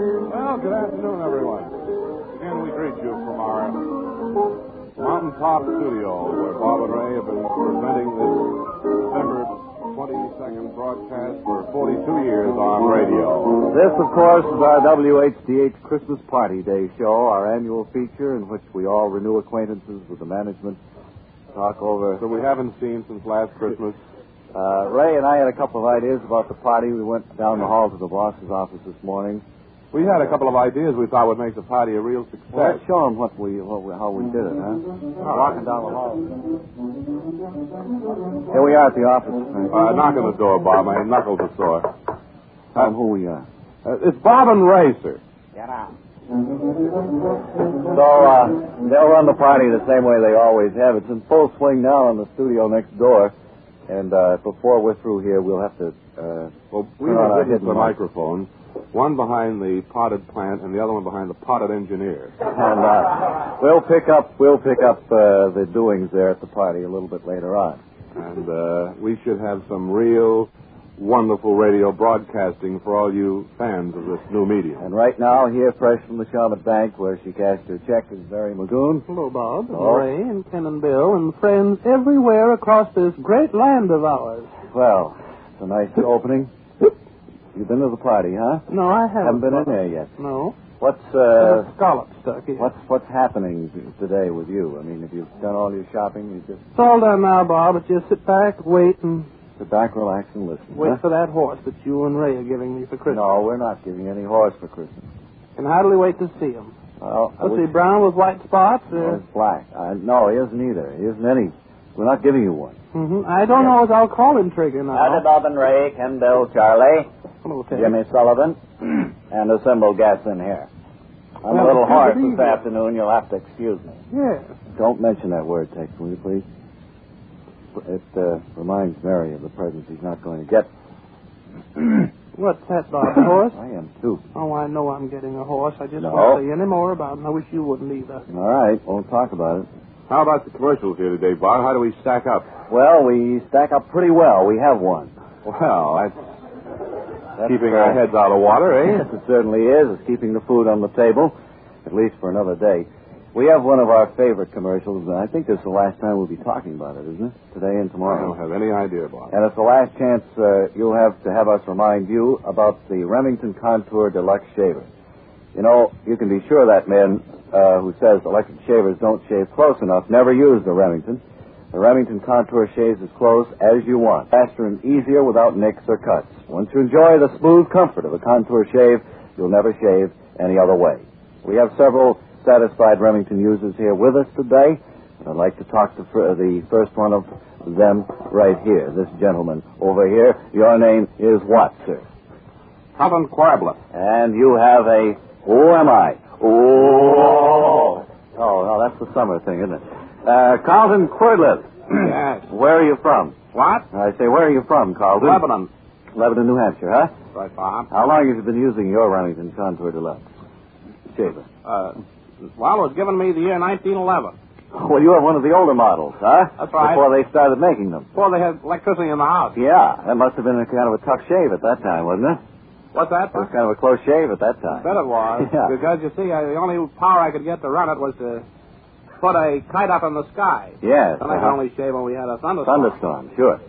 Good afternoon, everyone. And we greet you from our mountaintop studio where Bob and Ray have been presenting this December 22nd broadcast for 42 years on radio. This, of course, is our WHDH Christmas Party Day show, our annual feature in which we all renew acquaintances with the management, talk over. So we haven't seen since last Christmas. Uh, Ray and I had a couple of ideas about the party. We went down the hall to the boss's office this morning. We had a couple of ideas we thought would make the party a real Well, success. let's show them what we, what we, how we did it, huh? Walking down the hall. Here we are at the office. Uh, knock on the door, Bob. My knuckles are sore. Tell 'em who we are. Uh, it's Bob and Ray, sir. Get out. So uh, they'll run the party the same way they always have. It's in full swing now in the studio next door. And uh, before we're through here, we'll have to. Uh, Well, we Turn on our have hidden hidden the mic. microphones, one behind the potted plant and the other one behind the potted engineer. and uh, we'll pick up we'll pick up uh, the doings there at the party a little bit later on. And uh, we should have some real wonderful radio broadcasting for all you fans of this new medium. And right now, here, fresh from the Charlotte Bank, where she cashed her check, is Mary Magoon. Hello, Bob, and Hello. Ray, and Ken and Bill, and friends everywhere across this great land of ours. Well, it's a nice opening. You've been to the party, huh? No, I haven't. Um, Haven't been in there yet. No. What's uh, Got a scallop stuck here. What's what's happening t- today with you? I mean, if you've done all your shopping, you just It's all done now, Bob. It's just sit back, wait, and sit back, relax, and listen. wait huh? for that horse that you and Ray are giving me for Christmas. No, we're not giving any horse for Christmas. And hardly wait to see him. Well, I What's wish- he, brown with white spots? No, Uh, it's black. Uh, no, he isn't either. He isn't any. We're not giving you one. mhm. I don't know as I'll call him Trigger now. Bob and Ray, Ken, Bill, Charlie, Hello, Ted. Jimmy Sullivan, and assemble guests in here. I'm Well, a little it's good hoarse to be this here. afternoon. You'll have to excuse me. Yes. Don't mention that word, Tex, will you, please? It uh, reminds Mary of the presents he's not going to get. What's that, Bob? A horse? I am, too. Oh, I know I'm getting a horse. I just No. won't say any more about him. I wish you wouldn't either. All right, won't talk about it. How about the commercials here today, Bob? How do we stack up? Well, we stack up pretty well. We have one. Well, that's That's keeping uh, our heads out of water, eh? Yes, it certainly is. It's keeping the food on the table, at least for another day. We have one of our favorite commercials, and I think this is the last time we'll be talking about it, isn't it? Today I don't and tomorrow. have any idea, Bob. And it's the last chance uh, you'll have to have us remind you about the Remington Contour Deluxe Shaver. You know, you can be sure that man uh, who says electric shavers don't shave close enough never used the Remington. The Remington Contour shaves as close as you want, faster and easier without nicks or cuts. Once you enjoy the smooth comfort of a contour shave, you'll never shave any other way. We have several satisfied Remington users here with us today, and I'd like to talk to fir- the first one of them right here, this gentleman over here. Your name is what, sir? Helen Quabla. And you have a who am I? Oh, oh, no, that's the summer thing, isn't it? Uh, Carlton Quirtliff. yes. Where are you from? What? I say, where are you from, Carlton? Lebanon. Lebanon, New Hampshire, huh? Right, Bob. How long have you been using your Remington Contour Deluxe shaver? Uh, well, it was given me the year 1911. Well, you have one of the older models, huh? That's right. Before they started making them. Before they had electricity in the house. Yeah, that must have been a kind of a tough shave at that time, wasn't it? What's that? It was kind of a close shave at that time. Bet it was. Yeah. Because, you see, I, the only power I could get to run it was to put a kite up in the sky. Yes. And I could uh-huh. only shave when we had a thunderstorm. Thunderstorm, sure.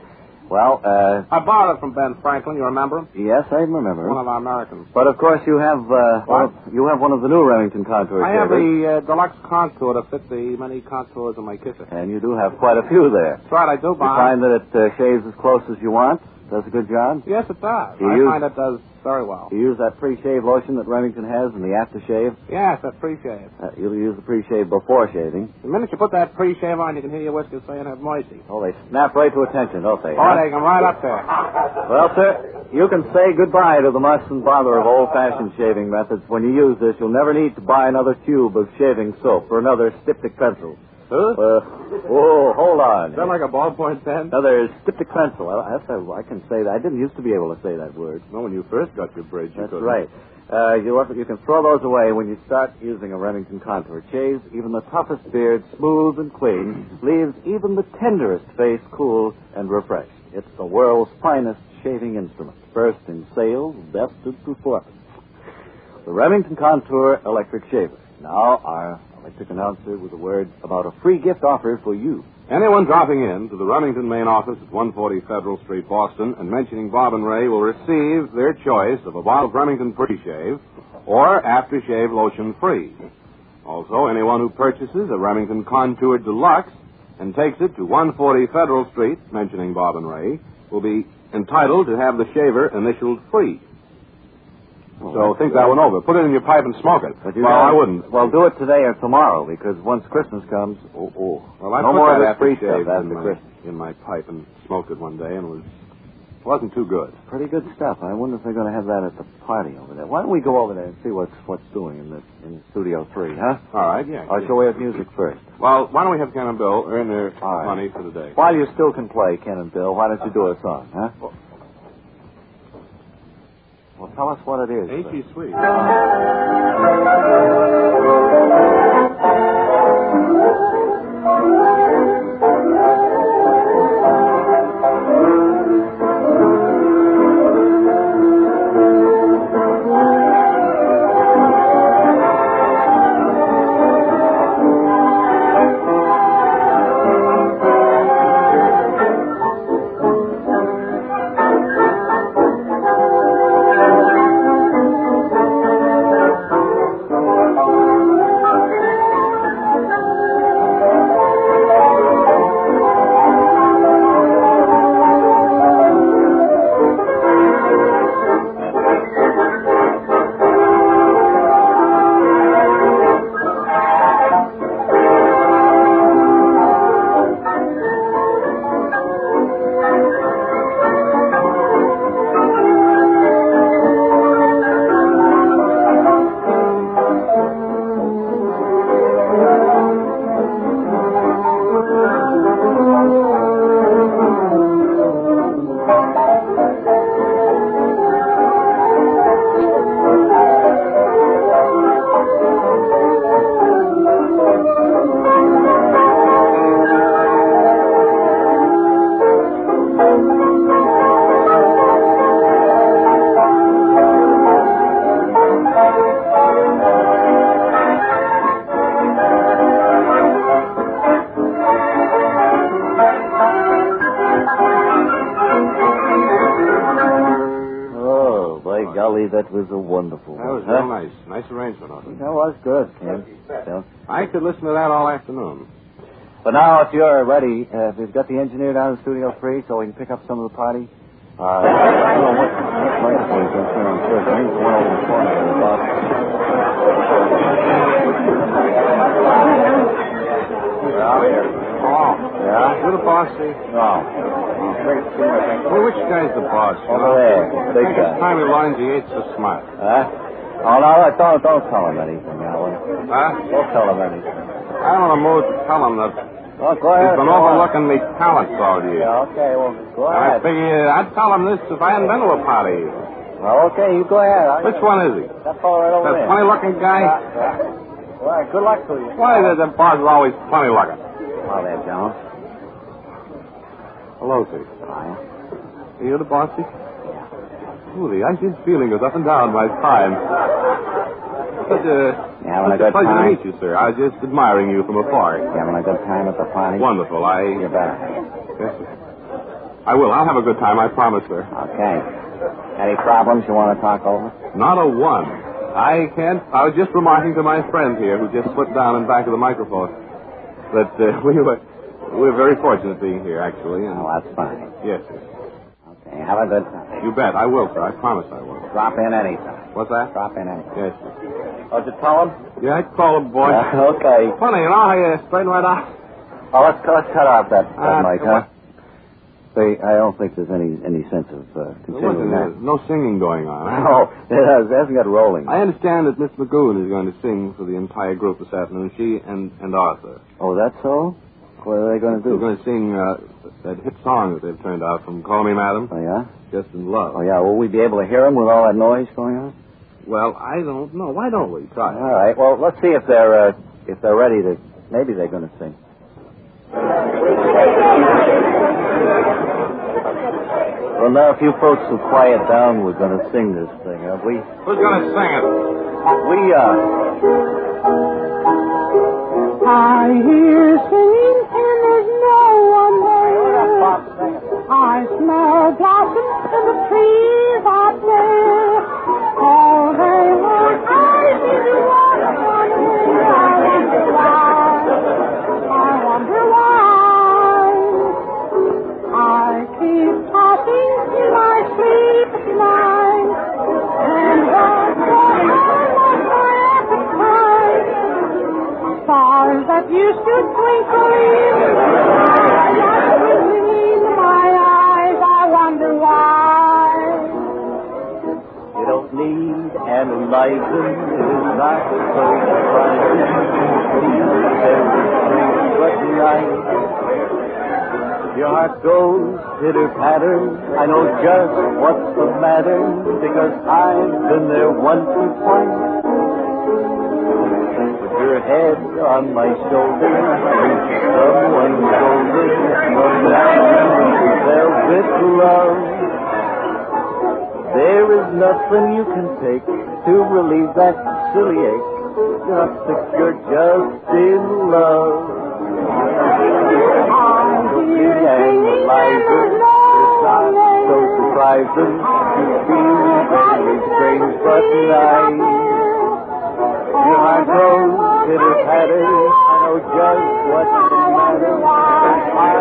Well, uh, I borrowed it from Ben Franklin. You remember him? yes, I remember. One of our Americans. But of course, you have uh, What? one of- you have one of the new Remington contours. I have Jerry. the uh, deluxe contour to fit the many contours in my kisser. and you do have quite a few there. That's right, I do, You Bob. find that it uh, shaves as close as you want. Does a good job. Yes, it does. You I use- find it does very well. You use that pre-shave lotion that Remington has and the aftershave. Yes, I appreciate it. Uh, you'll use the pre-shave before shaving. The minute you put that pre-shave on, you can hear your whiskers saying have mercy. Oh, they snap right to attention, don't they? Oh, huh? they come right up there. Well, sir, you can say goodbye to the must and bother of old-fashioned shaving methods. When you use this, you'll never need to buy another tube of shaving soap or another styptic pencil. Huh? Uh, oh, hold on. Is that like a ballpoint pen? Another styptic pencil. I, that's how I can say that. I didn't used to be able to say that word. No, when you first got your bridge, you That's couldn't. right. Uh, you, you can throw those away when you start using a Remington contour. Shaves even the toughest beard smooth and clean, leaves even the tenderest face cool and refreshed. It's the world's finest shaving instrument, first in sales, best in performance. the Remington Contour Electric Shaver. Now, our electric announcer with a word about a free gift offer for you. Anyone dropping in to the Remington main office at 140 Federal Street, Boston, and mentioning Bob and Ray will receive their choice of a bottle of Remington Pretty Shave or aftershave lotion free. Also, anyone who purchases a Remington Contour Deluxe and takes it to 140 Federal Street, mentioning Bob and Ray, will be entitled to have the shaver initialed free. So think that one over. Put it in your pipe and smoke it. But you well, know- I wouldn't. Well, do it today or tomorrow because once Christmas comes, oh, oh. Well, I no put more that of this free aftershave in stuff after my- Christmas. in my pipe and smoked it one day, and it was wasn't too good. Pretty good stuff. I wonder if they're going to have that at the party over there. Why don't we go over there and see what's what's doing in the in Studio Three, huh? All right, yeah. Or shall we have music first? Well, why don't we have Ken and Bill earn their All right. money for the day? While you still can play, Ken and Bill, why don't you do a song, huh? Well, tell us what it is. Ain't she sweet? Oh, by golly, that was a wonderful That was one. real huh? nice. Nice arrangement of it. That was good, Ken. Yeah. I could listen to that all afternoon. But now, if you're ready, uh, we've got the engineer down in Studio 3 so we can pick up some of the party. Uh, I don't know what, what microphone is up there on first. I think it's the one over the corner there, the box. Oh. Yeah? You're the boss, see? No. Oh, Well, which guy's the boss? you Over know? there, big I think guy. it's time he learns he ain't so smart. Huh? Oh, no, no, don't, don't tell him anything, Alan. Huh? Don't tell him anything. I'm in a mood to tell him that Oh, go he's ahead. been go on. overlooking me talents all year. Yeah, okay, well, go And I ahead. figure uh, I'd tell him this if I hadn't been to a party. Well, okay, you go ahead. I- Which one is he? That fellow right over That there. funny looking guy? Yeah, yeah. Well, all right, good luck to you. Why is it that boss is always funny looking? Hello there, John. Hello, sir. Hi. You're the boss, sir? Ooh, the iciest feeling goes up and down my spine. Such uh, a, You having a such good pleasure time? to meet you, sir. I was just admiring you from afar. You having a good time at the party? Wonderful. You I, better. yes, sir. I will. I'll have a good time. I promise, sir. Okay. Any problems you want to talk over? Not a one. I can't. I was just remarking to my friend here, who just slipped down in back of the microphone, that uh, we were we are very fortunate being here, actually. And, Oh, that's fine. yes, sir. Okay, have a good time. You bet. I will, sir. I promise I will. Drop in anytime. What's that? Drop in anytime. Yes, sir. Oh, did you tell him? Yeah, I call him, boy. Uh, okay. Funny, you know how you straighten right out? Oh, let's, let's cut off that, that Uh, mic, huh? See, I don't think there's any any sense of uh, There wasn't continuing uh, that. no singing going on. No, it has, it hasn't got rolling. I understand that Miss Lagoon is going to sing for the entire group this afternoon. She and, and Arthur. Oh, that's so? What are they going to They're do? going to sing uh, that hit song that they've turned out from Call Me Madam, Oh, yeah? Just in Love. Oh, yeah. Will we be able to hear them with all that noise going on? Well, I don't know. Why don't we All try? right. Well, let's see if they're uh, if they're ready to. Maybe they're going to sing. Well, now if you folks will quiet down, we're going to sing this thing, have we? Who's going to sing it? We, uh, I hear singing and there's no one there. I smell blossoms in the trees out there. All day long I need you walk on me. I wonder why. I wonder why. I keep talking in my sleep at night. And that's why I lost my appetite. Stars that used to twinkle in the sky are twinkling in my eyes. I wonder why. you don't need analyzing. It's not so surprising. These everything but night. Your heart goes pitter patter. I know just what's the matter because I've been there once or twice. With your head on my shoulder, reach someone's shoulder, run down there with love. There is nothing you can take to relieve that silly ache. Just that you're just in love. You hang Eliza. It's not so surprising. You feel very strange but nice. Your heart grows pitter patter. I know just what's the matter.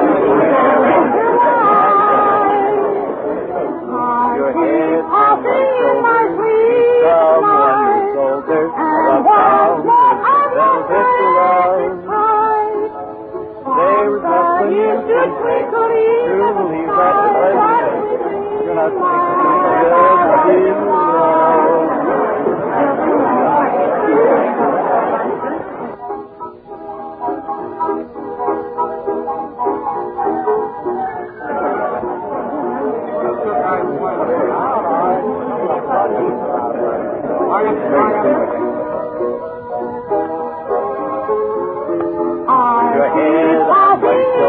Your head on my shoulder. Someone who's older. About town. Velvet love. There's nothing you can take to believe that pleasure. You're not just in love. Your head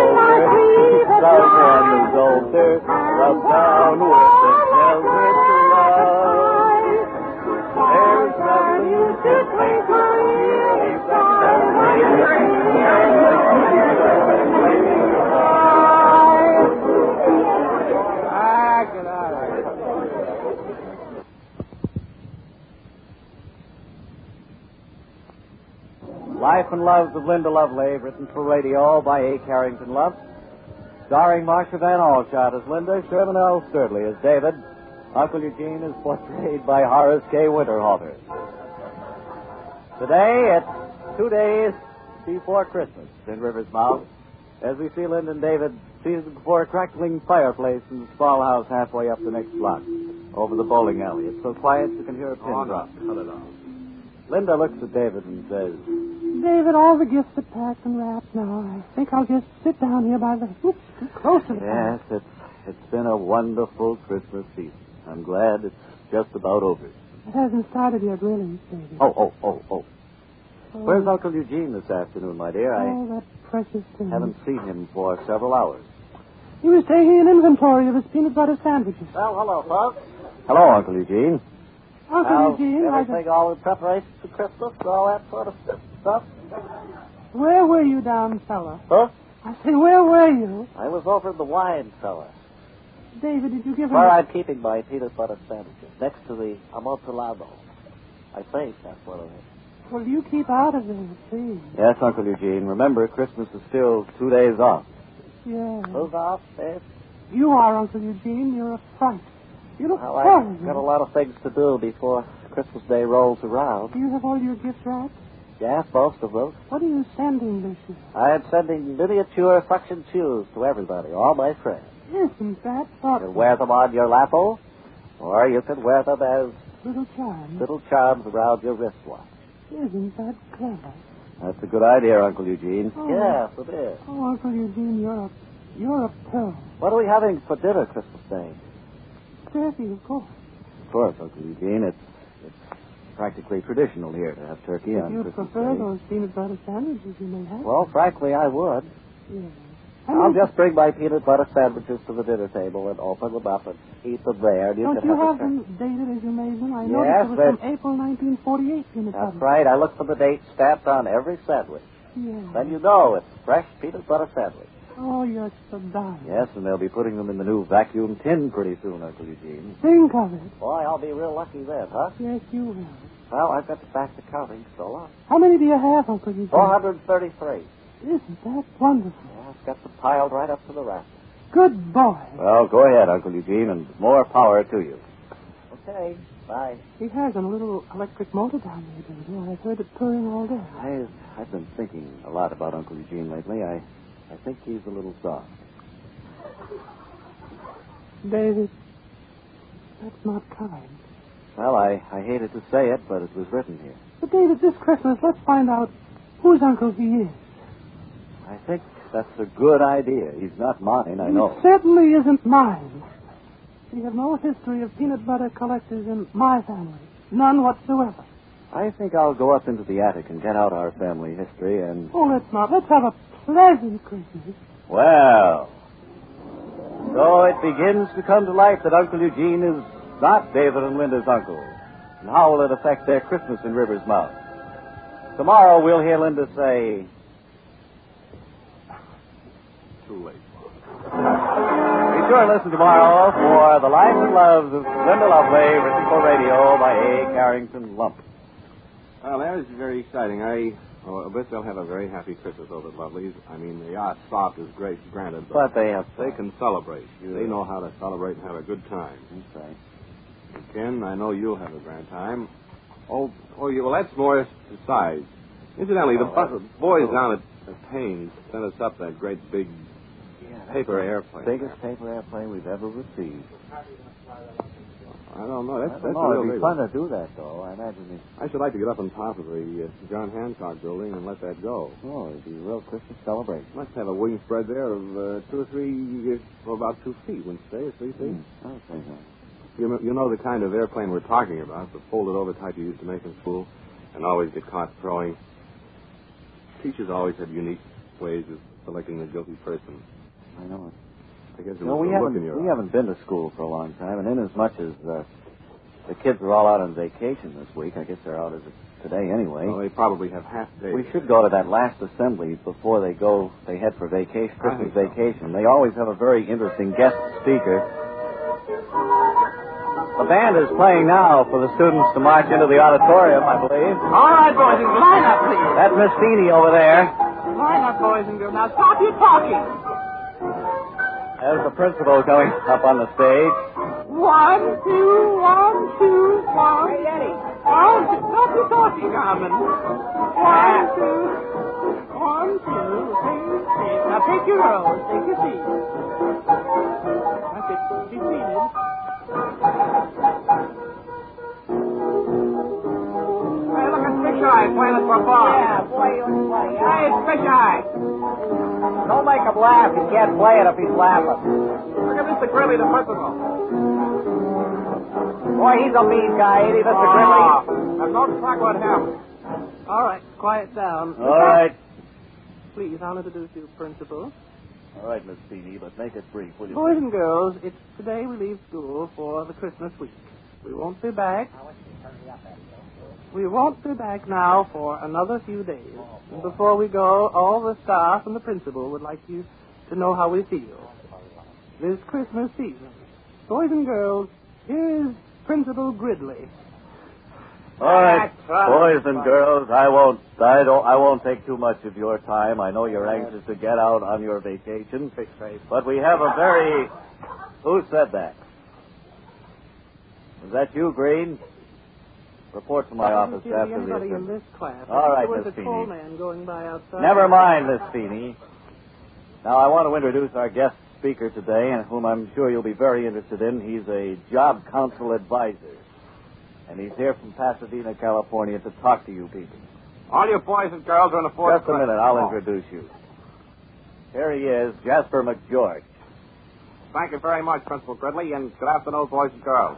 on my shoulder. Someone who's older. About town with the velvet love. There's nothing you can take to believe that Life and Loves of Linda Lovelace, written for radio all by A. Carrington Love. Starring Marcia Van Alshot as Linda, Sherman L. Sturley as David. Uncle Eugene is portrayed by Horace K. Winterhalter. Today, it's two days before Christmas in Rivers Mouth, as we see Linda and David seated before a crackling fireplace in the small house halfway up the next block, over the bowling alley. It's so quiet you can hear a pin Oh, drop. Cut it out. Linda looks at David and says, David, all the gifts are packed and wrapped now. I think I'll just sit down here by the. Oops, too close to the fire. Yes, it's it's been a wonderful Christmas season. I'm glad it's just about over. It hasn't started yet, really, David. Oh, oh, oh, oh. Oh, Where's Uncle Eugene this afternoon, my dear? I Oh, that precious thing. haven't seen him for several hours. He was taking an inventory of his peanut butter sandwiches. Well, hello, folks. Hello, Uncle Eugene. Uncle How's Eugene, I everything, all the preparations for Christmas, all that sort of st- stuff? just- where were you down cellar? Huh? I say, where were you? I was over in the wine cellar, David, did you give him... where I'm keeping my peanut butter sandwiches, next to the Amontillado. I think that's what it is. Well, you keep out of there, please. Yes, Uncle Eugene. Remember, Christmas is still two days off. Yeah. Who's off, Dave? You are, Uncle Eugene. You're a fright. You look Well, terrible. I've got a lot of things to do before Christmas Day rolls around. Do you have all your gifts wrapped? Yeah, most of them. What are you sending this year? I am sending miniature suction shoes to everybody, all my friends. Isn't that You thoughtful? can wear them on your lapel, or you can wear them as Little charm. little charms around your wristwatch. Isn't that clever? That's a good idea, Uncle Eugene. Oh, Yes, it is. Oh, Uncle Eugene, you're a, you're a pearl. What are we having for dinner Christmas Day? Turkey, of course. Of course, Uncle Eugene. It's it's practically traditional here to have turkey if on you Christmas prefer Day. those peanut butter sandwiches, you may have. Well, frankly, I would. Yeah. I'll just bring my peanut butter sandwiches to the dinner table and open them up and eat them there. And you Don't can you have, have a sandwich. them dated as you made them? I Yes, noticed it was but- from April 1948 peanut That's butter. right. I look for the date stamped on every sandwich. Yeah. Then you know it's fresh peanut butter sandwich. Oh, you're so darling. Yes, and they'll be putting them in the new vacuum tin pretty soon, Uncle Eugene. Think of it. Boy, I'll be real lucky then, huh? Yes, you will. Well, I've got to back to counting so long. How many do you have, Uncle Eugene? 433. Isn't that wonderful? Yeah, I've got them piled right up to the rack. Good boy. Well, go ahead, Uncle Eugene, and more power to you. Okay, bye. He has a little electric motor down there, baby. I've heard it purring all day. I, I've been thinking a lot about Uncle Eugene lately. I, I think he's a little soft. David, that's not kind. Well, I, I hated to say it, but it was written here. But, David, this Christmas, let's find out whose uncle he is. I think that's a good idea. He's not mine, I know. He certainly isn't mine. We have no history of peanut butter collectors in my family. None whatsoever. I think I'll go up into the attic and get out our family history and. Oh, let's not. Let's have a pleasant Christmas. Well. So it begins to come to light that Uncle Eugene is not David and Linda's uncle. And how will it affect their Christmas in River's Mouth? Tomorrow we'll hear Linda say, Too late. Be sure to listen tomorrow for The Life and Loves of Linda Lovely, written for radio by A. Carrington Lump. Well, that is very exciting. I, oh, I bet they'll have a very happy Christmas over at Lovely's. I mean, they are soft as grapes, granted, but, But they have they can celebrate. They know how to celebrate and have a good time. That's right. And Ken, I know you'll have a grand time. Oh, oh, yeah, well, that's more besides. Incidentally, the Oh, that's- bu- boys down at- at Payne's sent us up that great big paper airplane. Biggest paper airplane we've ever received. I don't know. That's, I that's don't a know. real It'd be big fun one. to do that, though. I imagine I should like to get up on top of the uh, John Hancock building and let that go. it's, oh, it'd be a real Christmas celebration. Must have a wing spread there of uh, two or three, uh, well, about two feet, wouldn't you say, or three feet? Hmm. I'll say that. You, know, you know the kind of airplane we're talking about, the folded over type you used to make in school and always get caught throwing. Teachers always have unique ways of selecting the guilty person. I know it. I guess it No, was we the look haven't. in your We eye. haven't been to school for a long time, and in as much as uh, the kids are all out on vacation this week, I guess they're out as of today anyway. Well, they probably have half days. eh? We should go to that last assembly before they go. They head for vacation, Christmas think so. vacation. They always have a very interesting guest speaker. The band is playing now for the students to march into the auditorium, I believe. All right, boys and girls, line up, please. That Miss Feeney over there, Line up, boys and girls. Now stop your talking. there's the principal coming up on the stage. One, two, one, two, one. Hey, Eddie. Oh, stop your talking, Carmen. One, two, one, two, three, three. Now take your rows. Take your seats. That's it. Be seated. Hey, look at Fisheye playing it for Bob. Yeah, boy, you play. Hey, it's Fisheye. Don't make him laugh. He can't play it if he's laughing. Look at Mr. Grimmy, the principal. Boy, he's a mean guy, ain't he, Mr. Ah, I'm not sure what happened. All right, quiet down. All right. Please, I'll introduce you, Principal. All right, Miss Feeney, but make it brief, will you? Boys and girls, it's today we leave school for the Christmas week. We won't be back. We won't be back now for another few days. And before we go, all the staff and the principal would like you to know how we feel. This Christmas season. Boys and girls, here is Principal Gridley. All right, That's right. boys and girls, I won't, I don't, I won't take too much of your time. I know you're anxious to get out on your vacation, but we have a very. Who said that? Was that you, Green? Report to my office Didn't see after the. anybody in assembly. this class. All right, There was Miss a coal Feeney. man going by outside. Never mind, Miss Feeney. Now I want to introduce our guest speaker today, and whom I'm sure you'll be very interested in. He's a job council advisor, and he's here from Pasadena, California, to talk to you people. All you boys and girls are in the fourth Oh. Just a minute, I'll introduce you. Here he is, Jasper McGeorge. Thank you very much, Principal Gridley, and good afternoon, boys and girls.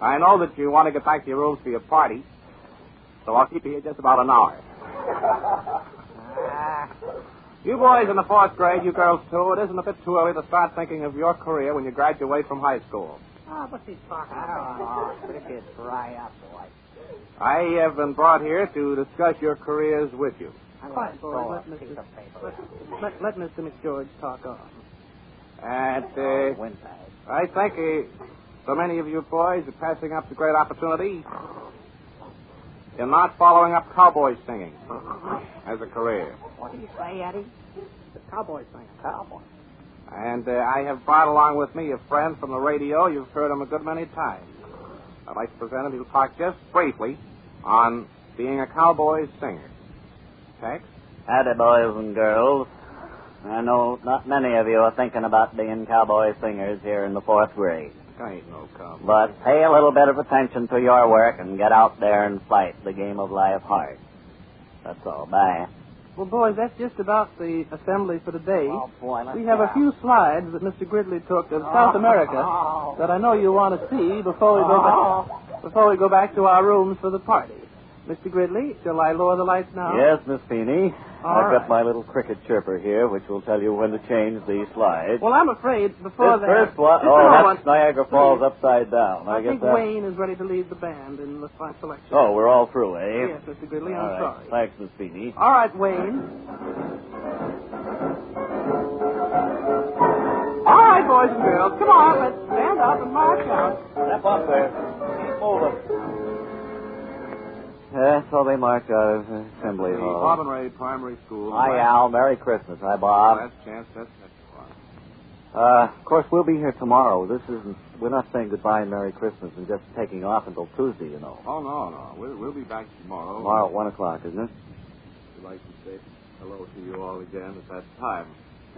I know that you want to get back to your rooms for your party, so I'll keep you here just about an hour. You boys in the fourth grade, you girls too, it isn't a bit too early to start thinking of your career when you graduate from high school. Oh, what's he talking about? Oh, this is dry up, boy. I have been brought here to discuss your careers with you. I'm Quiet, going to boy, throw a let me- piece of paper. Let, let Mr. McGeorge talk on. And Oh, uh, windbag. I think uh, so many of you boys are passing up the great opportunity. You're not following up cowboy singing as a career. What do you say, Eddie? The cowboy thing. Cowboy. And uh, I have brought along with me a friend from the radio. You've heard him a good many times. I'd like to present him. He'll talk just briefly on being a cowboy singer. Tex? Howdy, boys and girls. I know not many of you are thinking about being cowboy singers here in the fourth grade, I ain't no cowboy. but pay a little bit of attention to your work and get out there and fight the game of life hard. That's all. Bye. Well, boys, that's just about the assembly for today. Oh, boy, let's We have a get few slides that Mr. Gridley took of South America Oh. that I know you want to see before we go back before we go back to our rooms for the party. Mr. Gridley, shall I lower the lights now? Yes, Miss Feeney. Oh. All I've right. got my little cricket chirper here, which will tell you when to change the slides. Well, I'm afraid before this that. first one, Just oh, another that's one. Niagara Falls upside down. I, I, guess think that. Wayne is ready to lead the band in the fi- selection. Oh, we're all through, eh? yes, Mr. Gridley, All I'm right. sorry. Thanks, Miss Feeney. All right, Wayne. All right, boys and girls, come on, let's stand up and march out. Step up there. Keep moving. That's all they marked out of uh, Assembly The Bob Hall. and Ray Primary School. Hi, Al. Merry Christmas. Hi, Bob. Last chance, that's next one. Uh, of course, we'll be here tomorrow. This isn't. We're not saying goodbye and Merry Christmas and just taking off until Tuesday, you know. Oh, no, no. We'll, we'll be back tomorrow. Tomorrow at 1 o'clock, isn't it? We'd like to say hello to you all again at that time.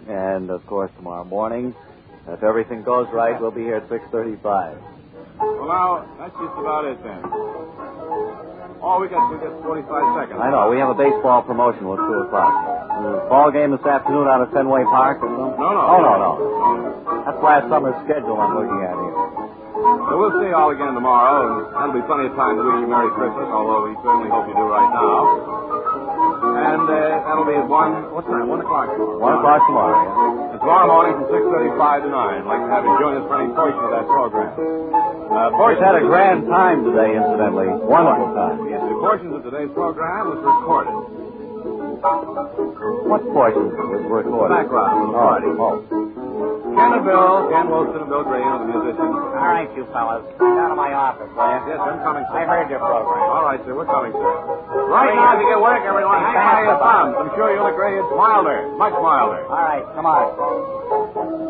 And, of course, tomorrow morning, if everything goes right, we'll be here at 6.35. Well, now, that's just about it then. Oh, we got we got 45 seconds. I know. We have a baseball promotion at 2 o'clock. The ball game this afternoon out of Fenway Park or something? No, no. Oh, no, no. That's last summer's schedule I'm looking at here. So we'll see you all again tomorrow, and that'll be plenty of time to wish you Merry Christmas, although we certainly hope you do right now. And uh, that'll be at 1, what's that, 1 o'clock tomorrow. 1 o'clock tomorrow, yeah? And tomorrow morning from 6.35 to 9. I'd like to have you join us for any portion of that program. Uh, Boys portion had a grand time today, incidentally. Wonderful time. Yes, the portions of today's program was recorded. What portion was recorded? Background of the party. Oh, oh. Ken and Bill, Ken Wilson and Bill Graham, the musicians. All right, you fellas. Get out of my office, will you? Yes, I'm coming, sir. I heard your program. All right, sir, we're coming, sir. Right now, if you get work, everyone, hang by your thumbs. I'm sure you'll agree it's milder, much milder. All right, come on.